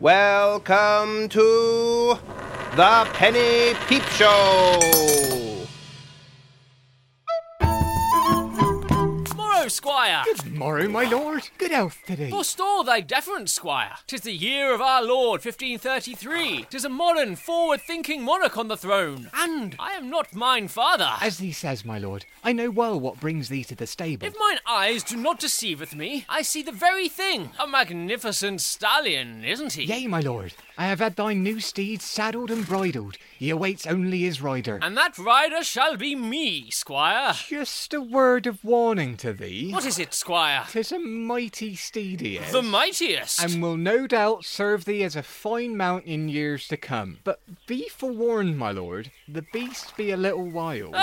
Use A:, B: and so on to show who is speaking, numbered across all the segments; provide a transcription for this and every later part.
A: Welcome to the Penny Peep Show.
B: Morrow, Squire!
C: Good morrow, my lord. Good health today.
B: Bust all thy deference, Squire. Tis the year of our Lord, 1533. Tis a modern, forward thinking monarch on the throne. And I am not mine father.
C: As thee says, my lord, I know well what brings thee to the stable.
B: If mine eyes do not deceiveth me, I see the very thing. A magnificent stallion, isn't he?
C: Yea, my lord, I have had thy new steed saddled and bridled. He awaits only his rider.
B: And that rider shall be me, Squire.
C: Just a word of warning to thee.
B: What is it, Squire?
C: 'Tis a mighty steed he is.
B: The mightiest.
C: and will no doubt serve thee as a fine mount in years to come. But be forewarned, my lord, the beast be a little
B: Ah!
C: wild.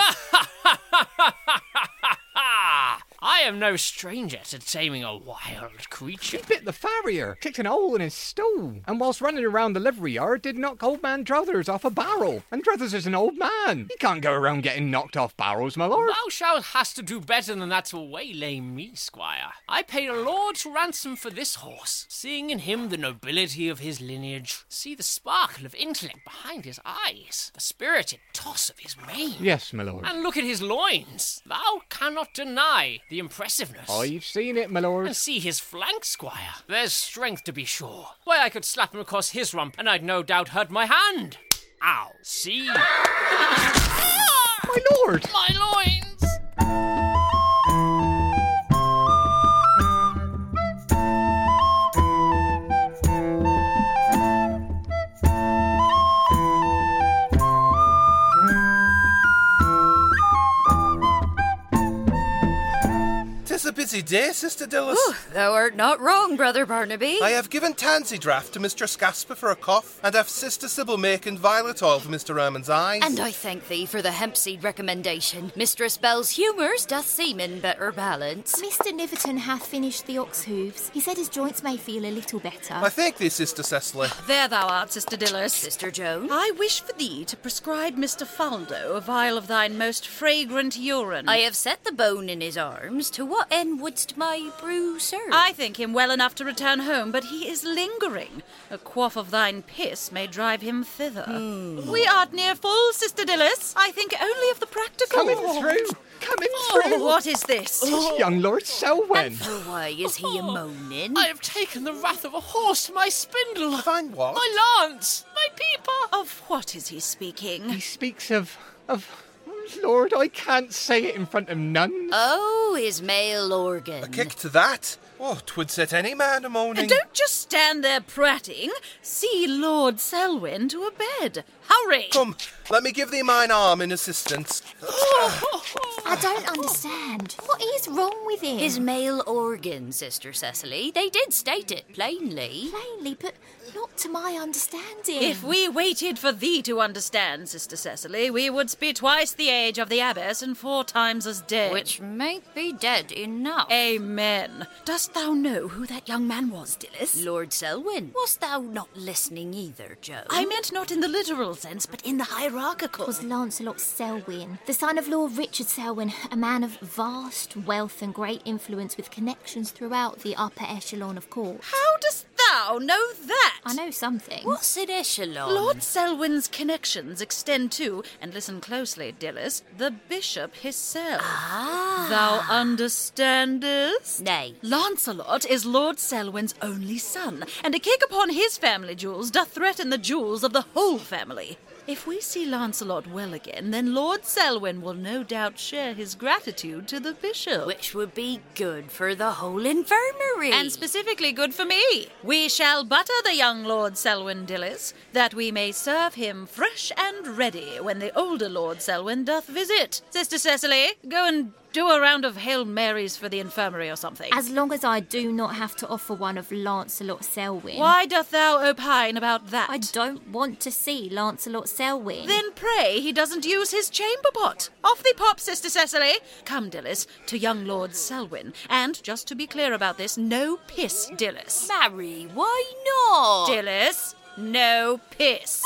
B: I am no stranger to taming a wild creature.
C: He bit the farrier, kicked an hole in his stool, and whilst running around the livery yard, did knock old man Druthers off a barrel. And Druthers is an old man. He can't go around getting knocked off barrels, my lord.
B: Thou shalt hast to do better than that to waylay me, squire. I paid a lord's ransom for this horse, seeing in him the nobility of his lineage. See the sparkle of intellect behind his eyes, the spirited toss of his mane.
C: Yes, my lord.
B: And look at his loins. Thou cannot deny the impressiveness.
C: I've Oh, seen it, my lord.
B: And see his flank, squire. There's strength to be sure. Why, I could slap him across his rump, and I'd no doubt hurt my hand. Ow. See?
C: My lord!
B: my loins!
A: Tis a busy day, Sister Dillis.
D: Thou art not wrong, Brother Barnaby.
A: I have given Tansy Draft to Mistress Gasper for a cough, and have Sister Sybil making violet oil for Mr. Ermine's eyes.
D: And I thank thee for the hemp seed recommendation. Mistress Bell's humours doth seem in better balance.
E: Mr. Niverton hath finished the ox hooves. He said his joints may feel a little better.
A: I thank thee, Sister Cecily.
F: There thou art, Sister Dillis.
D: Sister Joan?
F: I wish for thee to prescribe Mr. Faldo a vial of thine most fragrant urine.
D: I have set the bone in his arms. To what end wouldst my brew serve?
F: I think him well enough to return home, but he is lingering. A quaff of thine piss may drive him thither. We art near full, Sister Dillis. I think only of the practical.
C: Coming through! Coming
F: Oh,
C: through!
F: what is this?
C: This young Lord
D: And
C: Selwyn!
D: for why is he a moaning?
B: I have taken the wrath of a horse to my spindle.
A: Fine what?
B: My lance! My peeper!
F: Of what is he
C: He
F: speaking?
C: speaks of. of. Lord, I can't say it in front of nuns.
D: Oh, his male organ.
A: A kick to that. Oh, 'twould set any man a moaning.
F: Don't just stand there prating. See Lord Selwyn to a bed. Hurry!
A: Come, Um, let me give thee mine arm in assistance.
E: I don't understand. What is wrong with him?
D: His male organ, Sister Cecily. They did state it plainly.
E: plainly, but not to my understanding.
F: If we waited for thee to understand, Sister Cecily, we would be twice the age of the abbess and four times as dead.
D: Which may be dead enough.
F: Amen. Dost thou know who that young man was, Dillis?
D: Lord Selwyn, wast thou not listening either, Joan?
F: I meant not in the literal sense, but in the hierarchical.
E: was Lancelot Selwyn, the son of Lord Richard Selwyn, a man of vast wealth and great influence with connections throughout the upper echelon of court.
F: How dost thou know that?
E: I know something.
D: What's an echelon?
F: Lord Selwyn's connections extend to, and listen closely, Dillis, the bishop himself.
D: Ah.
F: Thou understandest?
D: Nay.
F: Lancelot is Lord Selwyn's only son, and a kick upon his family jewels doth threaten the jewels of the whole family. If we see Lancelot well again, then Lord Selwyn will no doubt share his gratitude to the bishop.
D: Which would be good for the whole infirmary.
F: and specifically good for me. We shall butter the young Lord Selwyn Dillis, that we may serve him fresh and ready when the older Lord Selwyn doth visit. Sister Cecily, go and do a round of Hail Marys for the infirmary or something.
E: As long as I do not have to offer one of Lancelot Selwyn.
F: Why doth thou opine about that?
E: I don't want to see Lancelot Selwyn.
F: Then pray he doesn't use his chamber pot. Off thee pop, Sister Cecily. Come, Dillis, to young Lord Selwyn. And just to be clear about this, no piss, Dillis.
D: Marry, why not?
F: Dillis, no piss.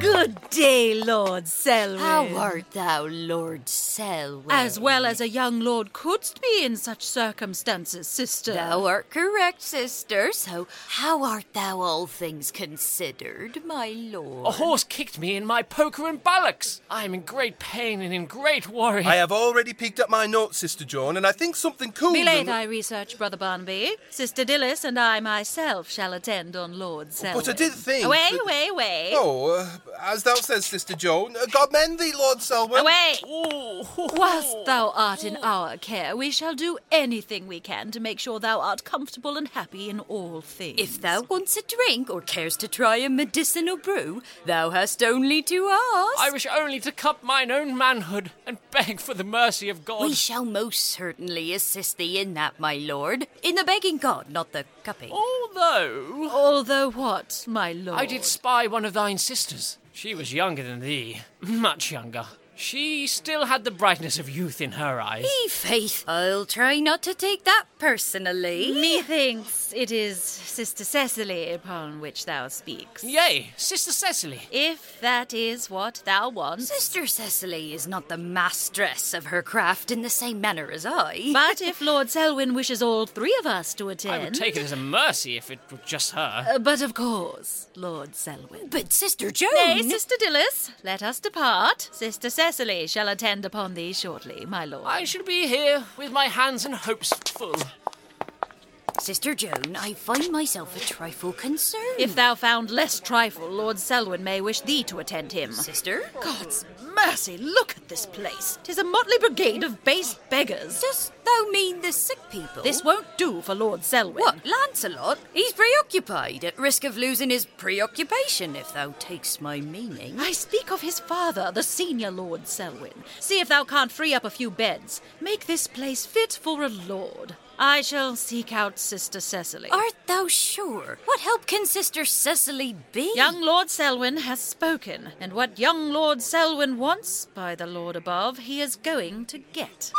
F: Good day, Lord Selwyn.
D: How art thou, Lord Selwyn?
F: As well as a young lord couldst be in such circumstances, sister.
D: Thou art correct, sister. So, how art thou all things considered, my lord?
B: A
F: Oh,
B: horse kicked me in my poker and bullocks. I am in great pain and in great worry.
A: I have already peeked up my notes, Sister Joan, and I think something cool.
F: Belay
A: than-
F: thy research, Brother Barnaby. Sister Dillis and I myself shall attend on Lord Selwyn.
A: But I did think.
F: Away,
A: that-
F: away, away.
A: Oh, uh, as thou says, Sister Joan, uh, God mend thee, Lord Selwyn.
F: Away!
B: Ooh,
F: Whilst thou art in our care, we shall do anything we can to make sure thou art comfortable and happy in all things.
D: If thou wants a drink or cares to try a medicinal brew, thou hast only to ask.
B: I wish only to cup mine own manhood and beg for the mercy of God.
D: we shall most certainly assist thee in that, my lord. In the begging God, not the cupping.
F: Oh.
B: Although
F: Although what, my lord?
B: I did spy one of thine sisters. She was younger than thee, much younger. She still had the brightness of youth in her eyes.
D: Be faith, I'll try not to take that personally.
F: Methinks it is Sister Cecily upon which thou speaks.
B: Yea, Sister Cecily.
F: If that is what thou wants.
D: Sister Cecily is not the mastress of her craft in the same manner as I.
F: But if Lord Selwyn wishes all three of us to attend.
B: I would take it as a mercy if it were just her.
F: Uh, but of course, Lord Selwyn.
D: But Sister Joan.
F: Nay, Sister Dillis, let us depart. Sister Cecily shall attend upon thee shortly, my lord.
B: I shall be here with my hands and hopes full.
D: Sister Joan, I find myself a trifle concerned.
F: If thou found less trifle, Lord Selwyn may wish thee to attend him.
D: Sister?
F: God's mercy, look at this place. Tis a motley brigade of base beggars.
D: Dost thou mean the sick people?
F: This won't do for Lord Selwyn.
D: What, Lancelot? He's preoccupied, at risk of losing his preoccupation, if thou takes my meaning.
F: I speak of his father, the senior Lord Selwyn. See if thou can't free up a few beds. Make this place fit for a lord. I shall seek out Sister Cecily.
D: Art thou sure? What help can Sister Cecily be?
F: Young Lord Selwyn has spoken, and what young Lord Selwyn wants, by the Lord above, he is going to get.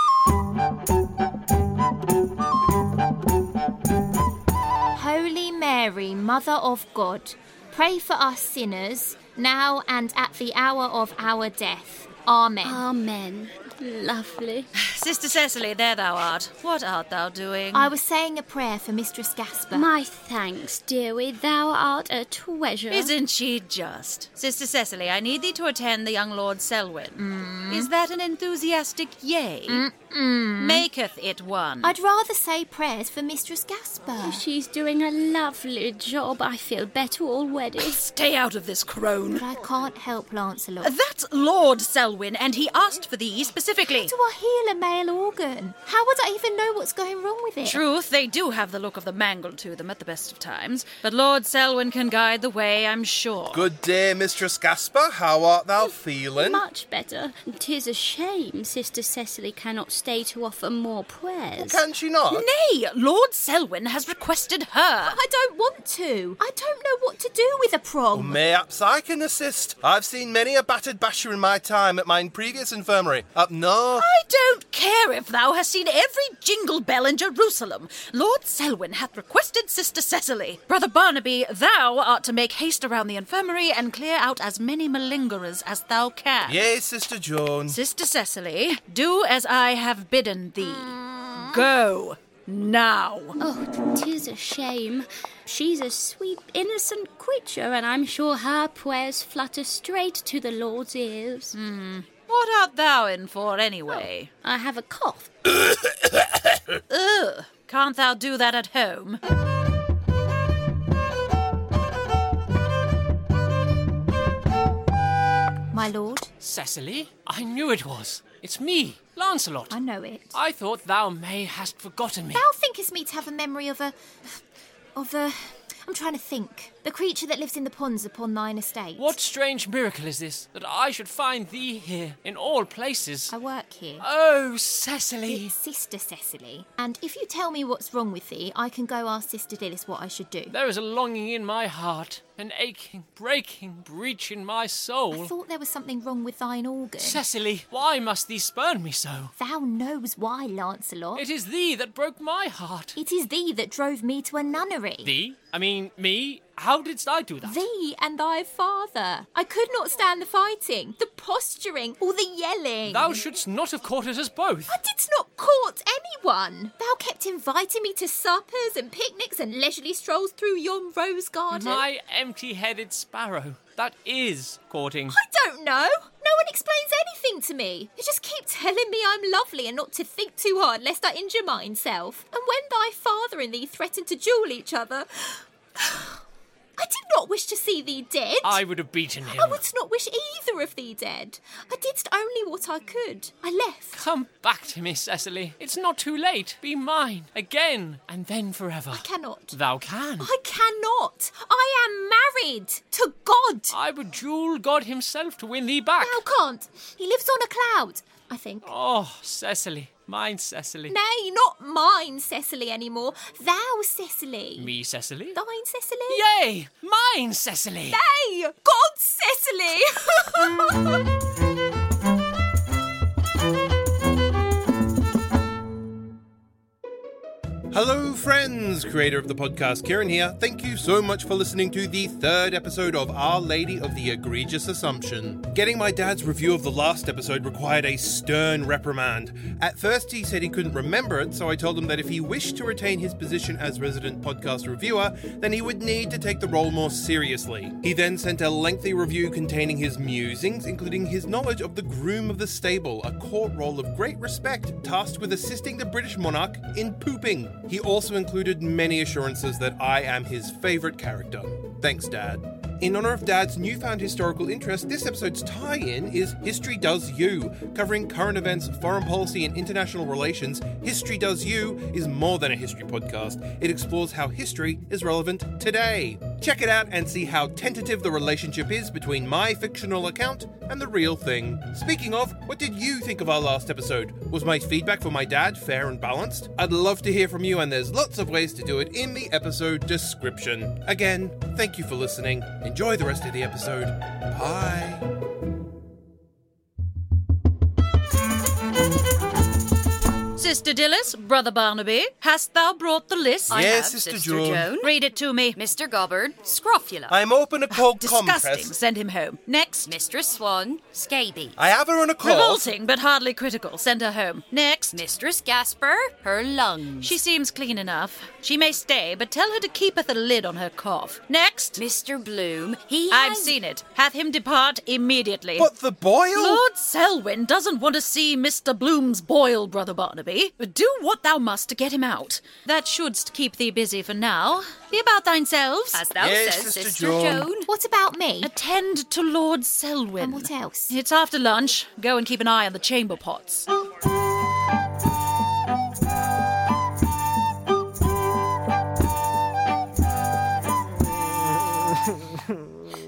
E: Holy Mary, Mother of God, pray for us sinners, now and at the hour of our death. Amen.
G: Amen. Lovely.
F: Sister Cecily, there thou art. What art thou doing?
E: I was saying a prayer for Mistress Gasper.
G: My thanks, dearie. Thou art a treasure.
F: Isn't she just? Sister Cecily, I need thee to attend the young Lord Selwyn.
E: Mm.
F: Is that an enthusiastic yea? Maketh it one.
E: I'd rather say prayers for Mistress Gasper.
G: She's doing a lovely job. I feel better already.
F: Stay out of this crone.
E: But I can't help Lancelot.
F: That's Lord Selwyn, and he asked for thee specifically.
E: Do I heal a male organ? How would I even know what's going wrong with it?
F: Truth, they do have the look of the mangled to them at the best of times, but Lord Selwyn can guide the way, I'm sure.
A: Good day, Mistress Gasper. How art thou feeling?
G: Much better. Tis a shame Sister Cecily cannot stay to offer more prayers.
A: Can she not?
F: Nay, Lord Selwyn has requested her.
E: I don't want to. I don't know what to do with a
A: Or
E: prom.
A: Oh, Mayhaps I can assist. I've seen many a battered basher in my time at mine previous infirmary. Up north.
F: I don't care if thou hast seen every jingle bell in Jerusalem. Lord Selwyn hath requested Sister Cecily. Brother Barnaby, thou art to make haste around the infirmary and clear out as many malingerers as thou can.
A: Yea, Sister Joan.
F: Sister Cecily, do as I have bidden thee.
A: Mm.
F: Go now.
G: Oh, tis a shame. She's a sweet, innocent creature, and I'm sure her prayers flutter straight to the Lord's ears.
F: What art thou in for, anyway?
A: Oh.
G: I have a cough.
F: Ugh. Can't thou do that at home?
E: Oh My lord,
B: Cecily? I knew it was. It's me, Lancelot.
E: I know it.
B: I thought thou may hast forgotten me.
E: Thou thinkest me to have a memory of a. of a. I'm trying to think. The creature that lives in the ponds upon thine estate.
B: What strange miracle is this that I should find thee here in all places?
E: I work here.
B: Oh, Cecily!
E: It's Sister Cecily. And if you tell me what's wrong with thee, I can go ask Sister Dillis what I should do.
B: There is a longing in my heart, an aching, breaking breach in my
E: I
B: soul.
E: thought there was something wrong with thine organ.
B: Cecily, why must thee spurn me so?
E: Thou knows why, Lancelot.
B: It is thee that broke my heart.
E: it is thee that drove me to a nunnery.
B: Thee? I mean, me? How didst I do that?
E: Thee and thy father. I could not stand the fighting, the posturing, all the yelling.
B: Thou shouldst not have caught us as both.
E: I didst not court anyone. Thou kept inviting me to suppers and picnics and leisurely strolls through yon rose garden.
B: My empty headed sparrow. That is courting.
E: I don't know. No one explains anything to me. You just keep telling me I'm lovely and not to think too hard lest I injure myself. And when thy father and thee threatened to duel each other, I did not wish to see thee dead.
B: I would have beaten him.
E: I would not wish either of thee dead. I didst only what I could. I left.
B: Come back to me, Cecily. It's not too late. Be mine again and then forever.
E: I cannot.
B: Thou can.
E: I cannot. I am married to God.
B: I would duel God Himself to win thee back.
E: Thou can't. He lives on a cloud, I think.
B: Oh, Cecily. Mine, Cecily.
E: Nay, not mine, Cecily, anymore. Thou, Cecily.
B: Me, Cecily.
E: Thine, Cecily?
B: Yay! Mine, Cecily!
E: Nay, God, Cecily!
A: Hello, friends! Creator of the podcast, Kieran here. Thank you so much for listening to the third episode of Our Lady of the Egregious Assumption. Getting my dad's review of the last episode required a stern reprimand. At first, he said he couldn't remember it, so I told him that if he wished to retain his position as resident podcast reviewer, then he would need to take the role more seriously. He then sent a lengthy review containing his musings, including his knowledge of the groom of the stable, a court role of great respect tasked with assisting the British monarch in pooping. He also included many assurances that I am his favourite character. Thanks, Dad. In honor of Dad's newfound historical interest, this episode's tie in is History Does You. Covering current events, foreign policy, and international relations, History Does You is more than a history podcast. It explores how history is relevant today. Check it out and see how tentative the relationship is between my fictional account and the real thing. Speaking of, what did you think of our last episode? Was my feedback for my dad fair and balanced? I'd love to hear from you, and there's lots of ways to do it in the episode description. Again, thank you for listening. Enjoy the rest of the episode. Bye.
F: Sister Dillis, Brother Barnaby, hast thou brought the list?
D: I
A: Yes,
D: have,
A: Sister
D: Joan.
A: Joan.
F: Read it to me.
D: Mr. Gobbard, Scrofula.
A: I'm open a cold
F: Disgusting.
A: compress.
F: Send him home. Next.
D: Mistress Swan, Scabies.
A: I have her on a call.
F: Revolting, but hardly critical. Send her home. Next.
D: Mistress Gasper, her lungs.
F: She seems clean enough. She may stay, but tell her to keepeth a lid on her cough. Next.
D: Mr. Bloom, he
F: I've
D: has...
F: seen it. Hath him depart immediately.
A: But the boil?
F: Lord Selwyn doesn't want to see Mr. Bloom's boil, Brother Barnaby. Do what thou must to get him out. That shouldst keep thee busy for now. Be about thyselves.
D: As thou
A: Yes,
D: says,
A: Sister
D: Sister
A: Joan.
D: Joan.
E: what about me?
F: Attend to Lord Selwyn.
E: And what else?
F: It's after lunch. Go and keep an eye on the chamber pots.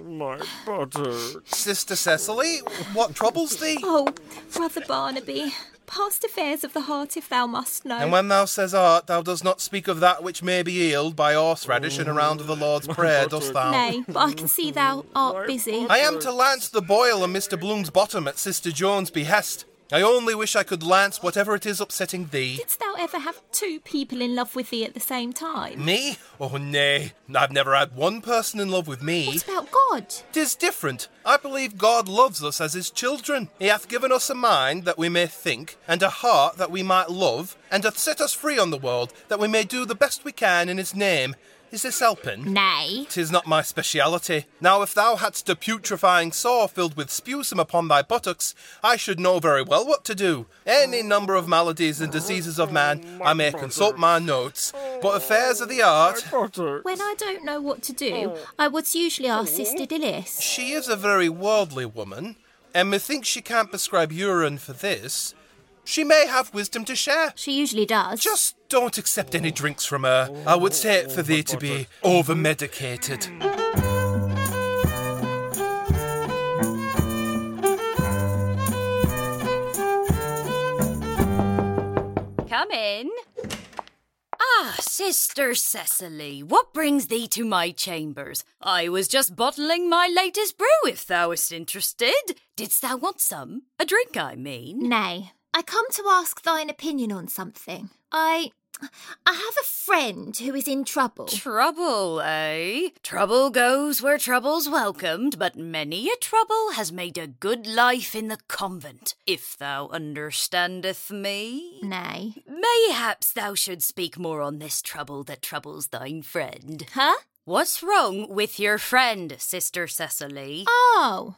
H: My butter.
A: Sister Cecily, what troubles thee?
E: Oh, Brother Barnaby, past affairs of the heart, if thou must know.
A: And when thou says art, thou dost not speak of that which may be healed by horseradish and a round of the Lord's Prayer, dost thou?
E: Nay, but I can see thou art busy.
A: I am to lance the boil on Mr. Bloom's bottom at Sister Joan's behest. I only wish I could lance whatever it is upsetting thee.
E: Didst thou ever have two people in love with thee at the same time?
A: Me? Oh, nay. I've never had one person in love with me.
E: What about God?
A: Tis different. I believe God loves us as his children. He hath given us a mind that we may think, and a heart that we might love, and hath set us free on the world that we may do the best we can in his name. Is this helping?
E: Nay.
A: Tis not my speciality. Now, if thou hadst a putrefying sore filled with spewsum upon thy buttocks, I should know very well what to do. Any number of maladies and diseases of man, I may consult my notes. But affairs of the art,
H: Butter.
E: When I don't know what to do, I would usually ask Sister Dillis.
A: she is a very worldly woman, and methinks she can't prescribe urine for this. She may have wisdom to share.
E: She usually does.
A: Just don't accept any drinks from her. I would say it for thee to be over medicated.
D: Come in. Ah, Sister Cecily, what brings thee to my chambers? I was just bottling my latest brew, if thou wast interested. Didst thou want some? A drink, I mean.
E: Nay, I come to ask thine opinion on something. I. I have a friend who is in trouble.
D: Trouble, eh? Trouble goes where trouble's welcomed, but many a trouble has made a good life in the convent, if thou understandeth me.
E: Nay.
D: Mayhaps thou should speak more on this trouble that troubles thine friend.
E: Huh?
D: What's wrong with your friend, Sister Cecily?
E: Oh,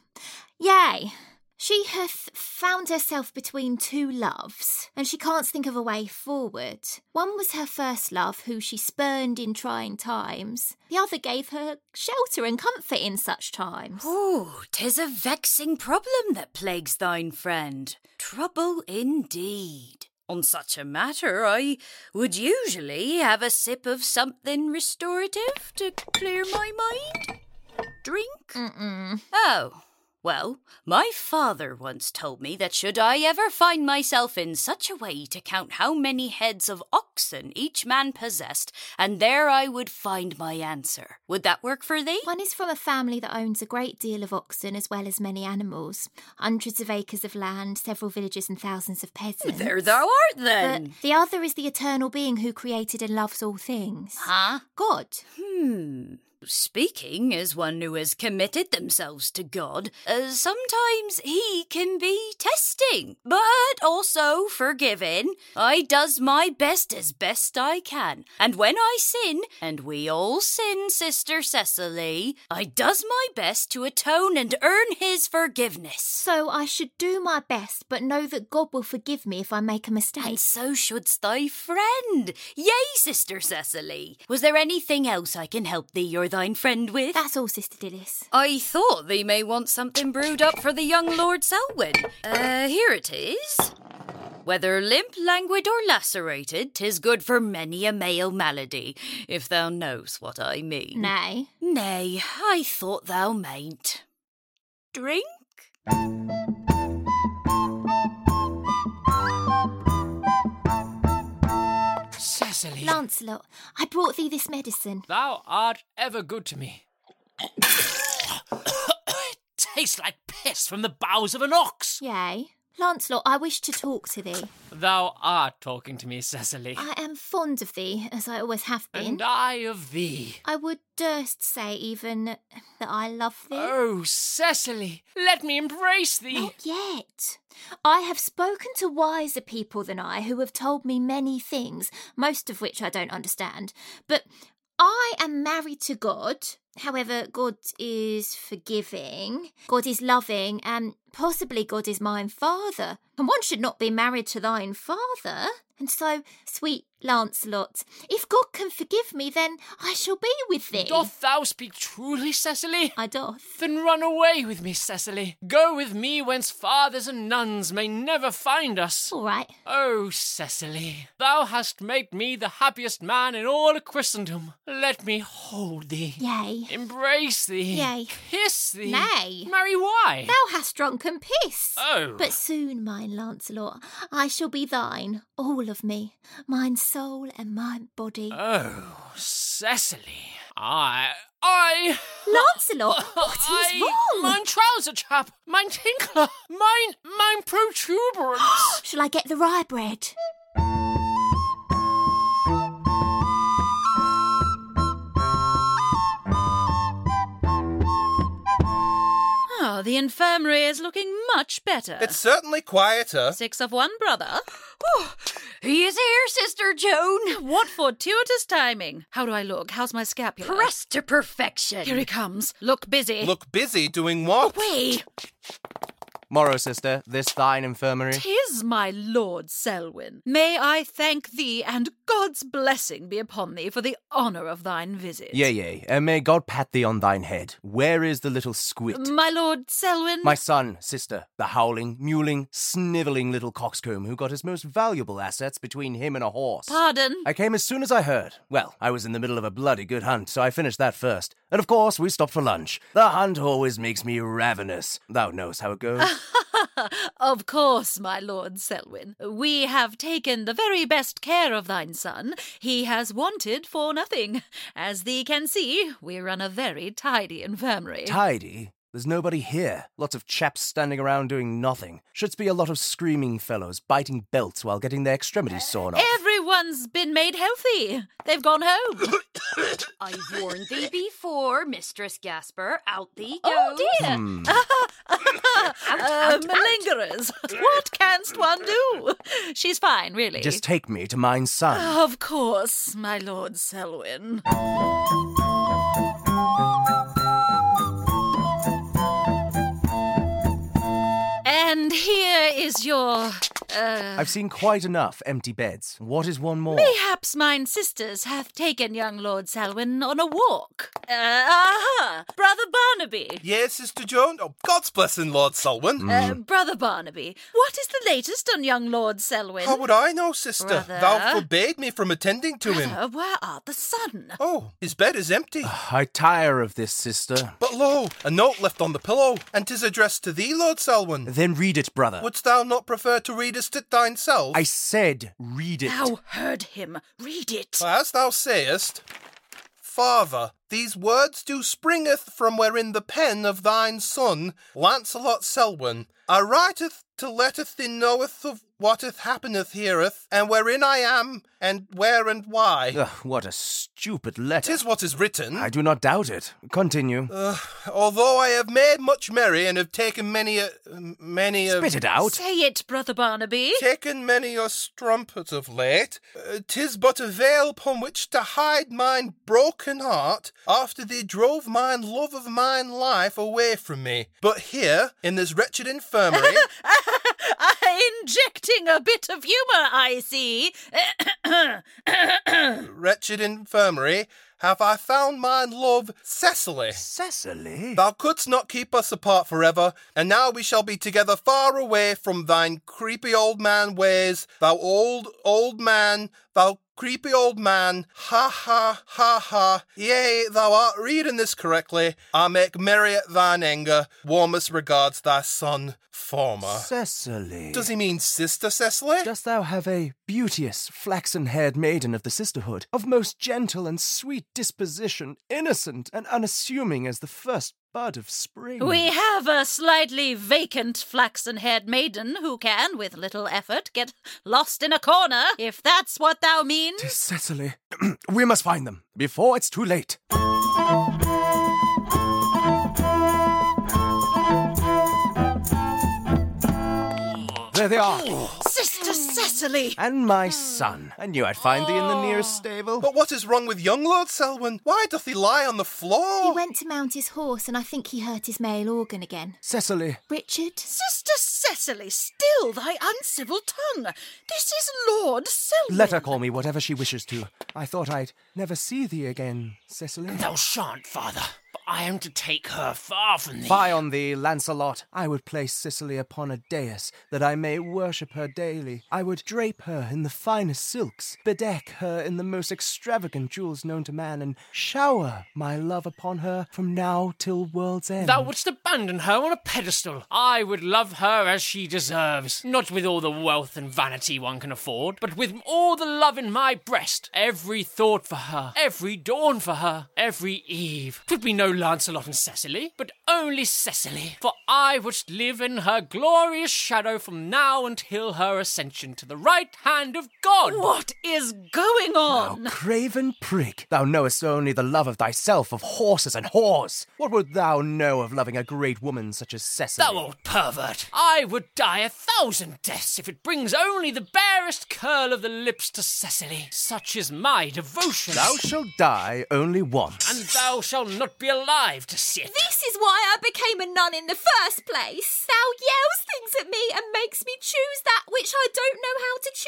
E: yay. She hath found herself between two loves, and she can't think of a way forward. One was her first love, who she spurned in trying times. The other gave her shelter and comfort in such times.
D: Oh, 'tis a vexing problem that plagues thine friend. Trouble indeed. On such a matter, I would usually have a sip of something restorative to clear my mind. Drink?
E: Mm-mm.
D: Oh, well, my father once told me that should I ever find myself in such a way to count how many heads of oxen each man possessed, and there I would find my answer. Would that work for thee?
E: One is from a family that owns a great deal of oxen as well as many animals, hundreds of acres of land, several villages, and thousands of peasants.
D: There thou art
E: But
D: then.
E: the other is the eternal being who created and loves all things.
D: Huh?
E: God.
D: Hmm. Speaking as one who has committed themselves to God, uh, sometimes he can be testing, but also forgiving. I does my best as best I can, and when I sin, and we all sin, Sister Cecily, I does my best to atone and earn his forgiveness.
E: So I should do my best, but know that God will forgive me if I make a
D: And
E: mistake.
D: so shouldst thy friend. Yea, Sister Cecily. Was there anything else I can help thee or thine friend with?
E: That's all, Sister Dillis.
D: I thought thee may want something brewed up for the young Lord Selwyn. Uh, here it is. Whether limp, languid, or lacerated, 'tis good for many a male malady, if thou knows what I mean.
E: Nay.
D: Nay, I thought thou mayn't. Drink?
B: Cecily,
E: Lancelot, I brought thee this medicine.
B: thou art ever good to me. it tastes like piss from the bowels of an ox.
E: Yea. Lancelot, I wish to talk to thee.
B: Thou art talking to me, Cecily,
E: I am fond of thee, as I always have been.
B: and I of thee.
E: I would durst say even that I love thee.
B: Oh, Cecily, let me embrace thee.
E: Not yet. I have spoken to wiser people than I who have told me many things, most of which I don't understand. But I am married to God. However, God is forgiving, God is loving, and possibly God is mine father. And one should not be married to thine father. And so, sweet Lancelot, if God can forgive me, then I shall be with thee.
B: Doth thou speak truly, Cecily?
E: I doth.
B: Then run away with me, Cecily. Go with me whence fathers and nuns may never find us.
E: All right.
B: Oh, Cecily, thou hast made me the happiest man in all Christendom. Let me hold thee,
E: Yay.
B: embrace thee,
E: Yay.
B: kiss thee.
E: Nay.
B: Marry, why?
E: Thou hast drunk and piss.
B: Eh. Oh.
E: But soon, mine Lancelot, I shall be thine, all of me, mine soul and mine body.
B: Oh, Cecily, I, I.
E: Lancelot, what is
B: I-
E: wrong?
B: Mine trouser chap, mine tinkler, mine, mine protuberance.
E: Shall I get the rye bread?
F: Ah, the infirmary is looking much better.
A: It's certainly quieter.
F: Six of one, brother.
D: He is here, Sister Joan.
F: What fortuitous timing. How do I look? How's my scapula?
D: Pressed to perfection.
F: Here he comes. Look busy.
A: Look busy doing what?
D: Wait.
I: Morrow, sister, this thine infirmary.
F: Tis my lord Selwyn. May I thank thee, and God's blessing be upon thee for the honour of thine visit.
I: Yea, yea, and may God pat thee on thine head. Where is the little squit?
F: My lord Selwyn.
I: My son, sister, the howling, mewling, snivelling little coxcomb who got his most valuable assets between him and a horse.
F: Pardon.
I: I came as soon as I heard. Well, I was in the middle of a bloody good hunt, so I finished that first. And of course, we stopped for lunch. The hunt always makes me ravenous. Thou knowest how it goes.
F: Of course, my lord Selwyn. We have taken the very best care of thine son. He has wanted for nothing. As thee can see, we run a very tidy infirmary.
I: Tidy? There's nobody here. Lots of chaps standing around doing nothing. Should be a lot of screaming fellows biting belts while getting their extremities sawn off.
F: eh, Everyone's been made healthy. They've gone home.
D: I warned thee before, Mistress Gasper. Out thee goes.
F: Oh, dear.
I: Hmm.
F: Uh, malingerers. What canst one do? She's fine, really. Ah,
I: Just take me to mine son.
F: Of course, my lord Selwyn. And here is your. Uh,
I: I've seen quite enough empty beds. What is one more?
F: perhaps mine sisters hath taken young Lord Selwyn on a walk. Uh, aha! Brother Barnaby!
A: Yes, Sister Joan? Oh, God's blessing, Lord Selwyn.
I: Mm.
F: Uh, Brother Barnaby, what is the latest on young Lord Selwyn?
A: How would I know, sister? Thou
F: Brother?
A: forbade me from attending to him.
F: Uh, where art the son?
A: Oh, his bed is empty.
I: I tire of this, sister.
A: But lo, a note left on the pillow, and 'tis addressed to thee, Lord Selwyn.
I: Then read it, brother.
A: Wouldst thou not prefer to readest it thine self?
I: I said, read it.
F: Thou heard him. Read it.
A: As thou sayest, Father, these words do springeth from wherein the pen of thine son, Lancelot Selwyn, I writeth to letteth thee knoweth of whateth happeneth heareth, and wherein I am, and where and why.
I: Ugh, what a stupid letter.
A: Tis what is written.
I: I do not doubt it. Continue.
A: Although I have made much merry and have taken many a many a
I: Spit it out.
F: Say it, Brother Barnaby.
A: taken many a strumpet of late, uh, 'tis but a veil upon which to hide mine broken heart after they drove mine love of mine life away from me. But here in this wretched infirmary,
F: Injecting a bit of humour, I see.
A: wretched infirmary, have I found mine love, Cecily.
I: Cecily?
A: Thou couldst not keep us apart forever, and now we shall be together far away from thine creepy old man ways, thou old, old man, thou creepy old man. Ha ha, ha ha. Yea, thou art reading this correctly. I make merry at thine anger. Warmest regards, thy son, former.
I: Cecily.
A: Does he mean sister Cecily?
I: Dost thou have a beauteous, flaxen haired maiden of the sisterhood, of most gentle and sweet disposition, innocent and unassuming as the first bud of spring?
F: we have a slightly vacant flaxen haired maiden who can, with little effort, get lost in a corner, if that's what thou means.
I: Tis Cecily. we must find them before it's too late. There they are.
F: Sister Cecily!
I: And my son. I knew I'd find thee in the nearest stable.
A: But what is wrong with young Lord Selwyn? Why doth he lie on the
E: He
A: floor?
E: went to mount his horse, and I think he hurt his male organ again.
I: Cecily,
E: Richard?
F: Sister Cecily, still thy uncivil tongue. This is Lord Selwyn.
I: let her call me whatever she wishes to. I thought I'd never see thee again, Cecily.
B: Thou shan't, father. But I am to take her far from thee.
I: Fie on thee, Lancelot. I would place Cicely upon a dais, that I may worship her daily. I would drape her in the finest silks, bedeck her in the most extravagant jewels known to man, and shower my love upon her from now till world's end.
B: Thou wouldst abandon her on a pedestal. I would love her as she deserves, not with all the wealth and vanity one can afford, but with all the love in my breast. Every thought for her, every dawn for her, every eve. 'Twould be no Lancelot and Cecily, but only Cecily, for I would live in her glorious shadow from now until her ascension to the right hand of God.
F: What is going on?
I: Thou craven prig, thou knowest only the love of thyself, of horses and whores. What would thou know of loving a great woman such as Cecily?
B: Thou old pervert! I would die a thousand deaths if it brings only the barest curl of the lips to Cecily. Such is my devotion.
I: Thou shalt die only once.
B: and thou shalt not be allowed alive to sit.
E: This is why I became a nun in the first place. Thou yells things at me and makes me choose that which I don't know how to choose.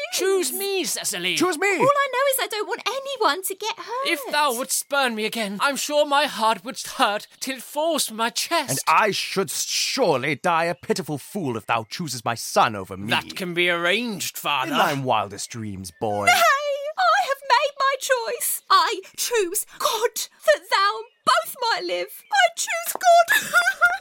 B: Choose me, Cecily.
E: All I know is I don't want anyone to get hurt.
B: If thou wouldst spurn me again, I'm sure my heart would hurt till it falls from my chest.
J: And I should surely die a pitiful fool if thou chooses my son over me.
B: That can be arranged,
J: In
B: father.
J: thine wildest dreams, boy.
E: Nay, I have made my choice. I choose God that thou both might live. I choose God.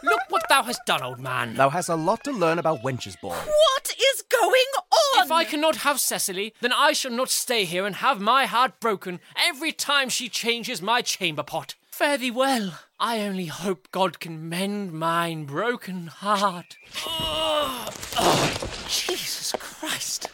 B: Look what thou hast done, old man.
J: Thou hast a lot to learn about wenches, boy.
F: What is going on?
B: If I cannot have Cecily, then I shall not stay here and have my heart broken every time she changes my chamber pot. Fare thee well. I only hope God can mend mine broken heart. Ugh. Oh, Jesus Christ.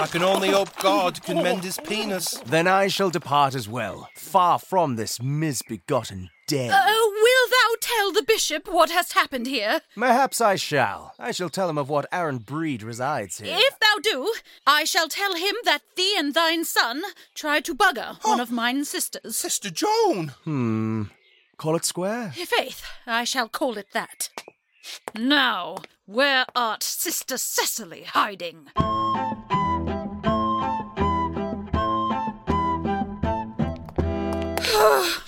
A: I can only hope God can mend his penis.
J: Then I shall depart as well, far from this misbegotten den.
F: Oh, will thou tell the bishop what has happened here?
J: Perhaps I shall. I shall tell him of what Aaron Breed resides here.
F: If thou do, I shall tell him that thee and thine son tried to bugger one of mine sisters.
A: Sister Joan!
J: Hmm. Call it
F: Oh.
J: square.
F: Faith, I shall call it that. Now, where art Sister Cecily hiding?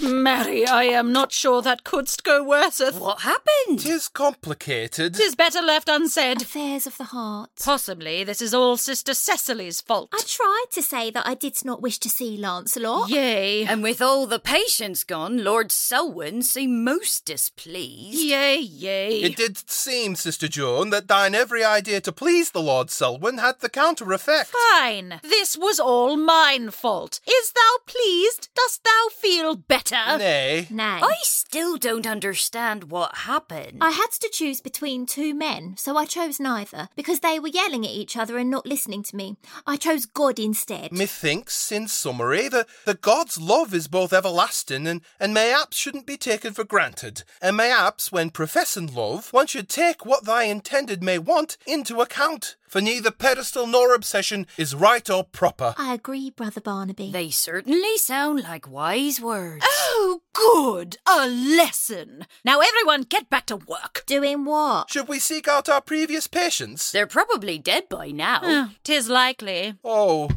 F: Mary, I am not sure that couldst go worseth.
D: What happened?
A: Tis complicated.
F: Tis better left unsaid.
E: Affairs of the heart.
F: Possibly this is all Sister Cecily's fault.
E: I tried to say that I did not wish to see Lancelot.
F: Yea.
D: And with all the patients gone, Lord Selwyn seemed most displeased.
F: Yea, yea.
A: It did seem, Sister Joan, that thine every idea to please the Lord Selwyn had the counter effect.
F: Fine. This was all mine fault. Is thou pleased? Dost thou feel better?
A: Nay.
E: Nay.
D: I still don't understand what happened.
E: I had to choose between two men, so I chose neither because they were yelling at each other and not listening to me. I chose God instead.
A: Methinks, in summary, that the God's love is both everlasting and, and mayhaps shouldn't be taken for granted. And mayhaps, when professing love, one should take what thy intended may want into account. For neither pedestal nor obsession is right or proper.
E: I agree, Brother Barnaby.
D: They certainly sound like wise words.
F: Oh, good. A lesson. Now, everyone, get back to work.
E: Doing what?
A: Should we seek out our previous patients?
D: They're probably dead by now.
F: Tis likely.
A: Oh.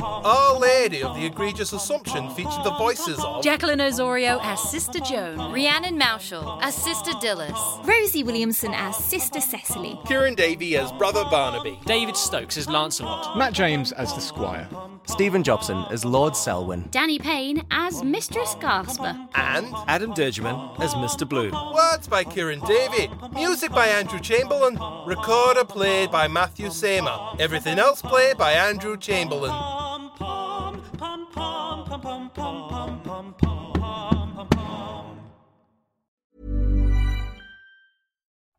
A: Our Lady of the Egregious Assumption featured the voices of
F: Jacqueline Osorio as Sister Joan.
G: Rhiannon Maushall as Sister Dillis.
E: Rosie Williamson as Sister Cecily.
A: Kieran Davey as Brother Barnaby.
B: David Stokes is Lancelot.
C: Matt James as the Squire.
I: Stephen Jobson as Lord Selwyn.
G: Danny Payne as Mistress Gasper.
A: And
J: Adam Dirgeman as Mr. Bloom.
A: words by Kieran Davey, music by Andrew Chamberlain, recorder played by Matthew Samer, everything else played by Andrew Chamberlain.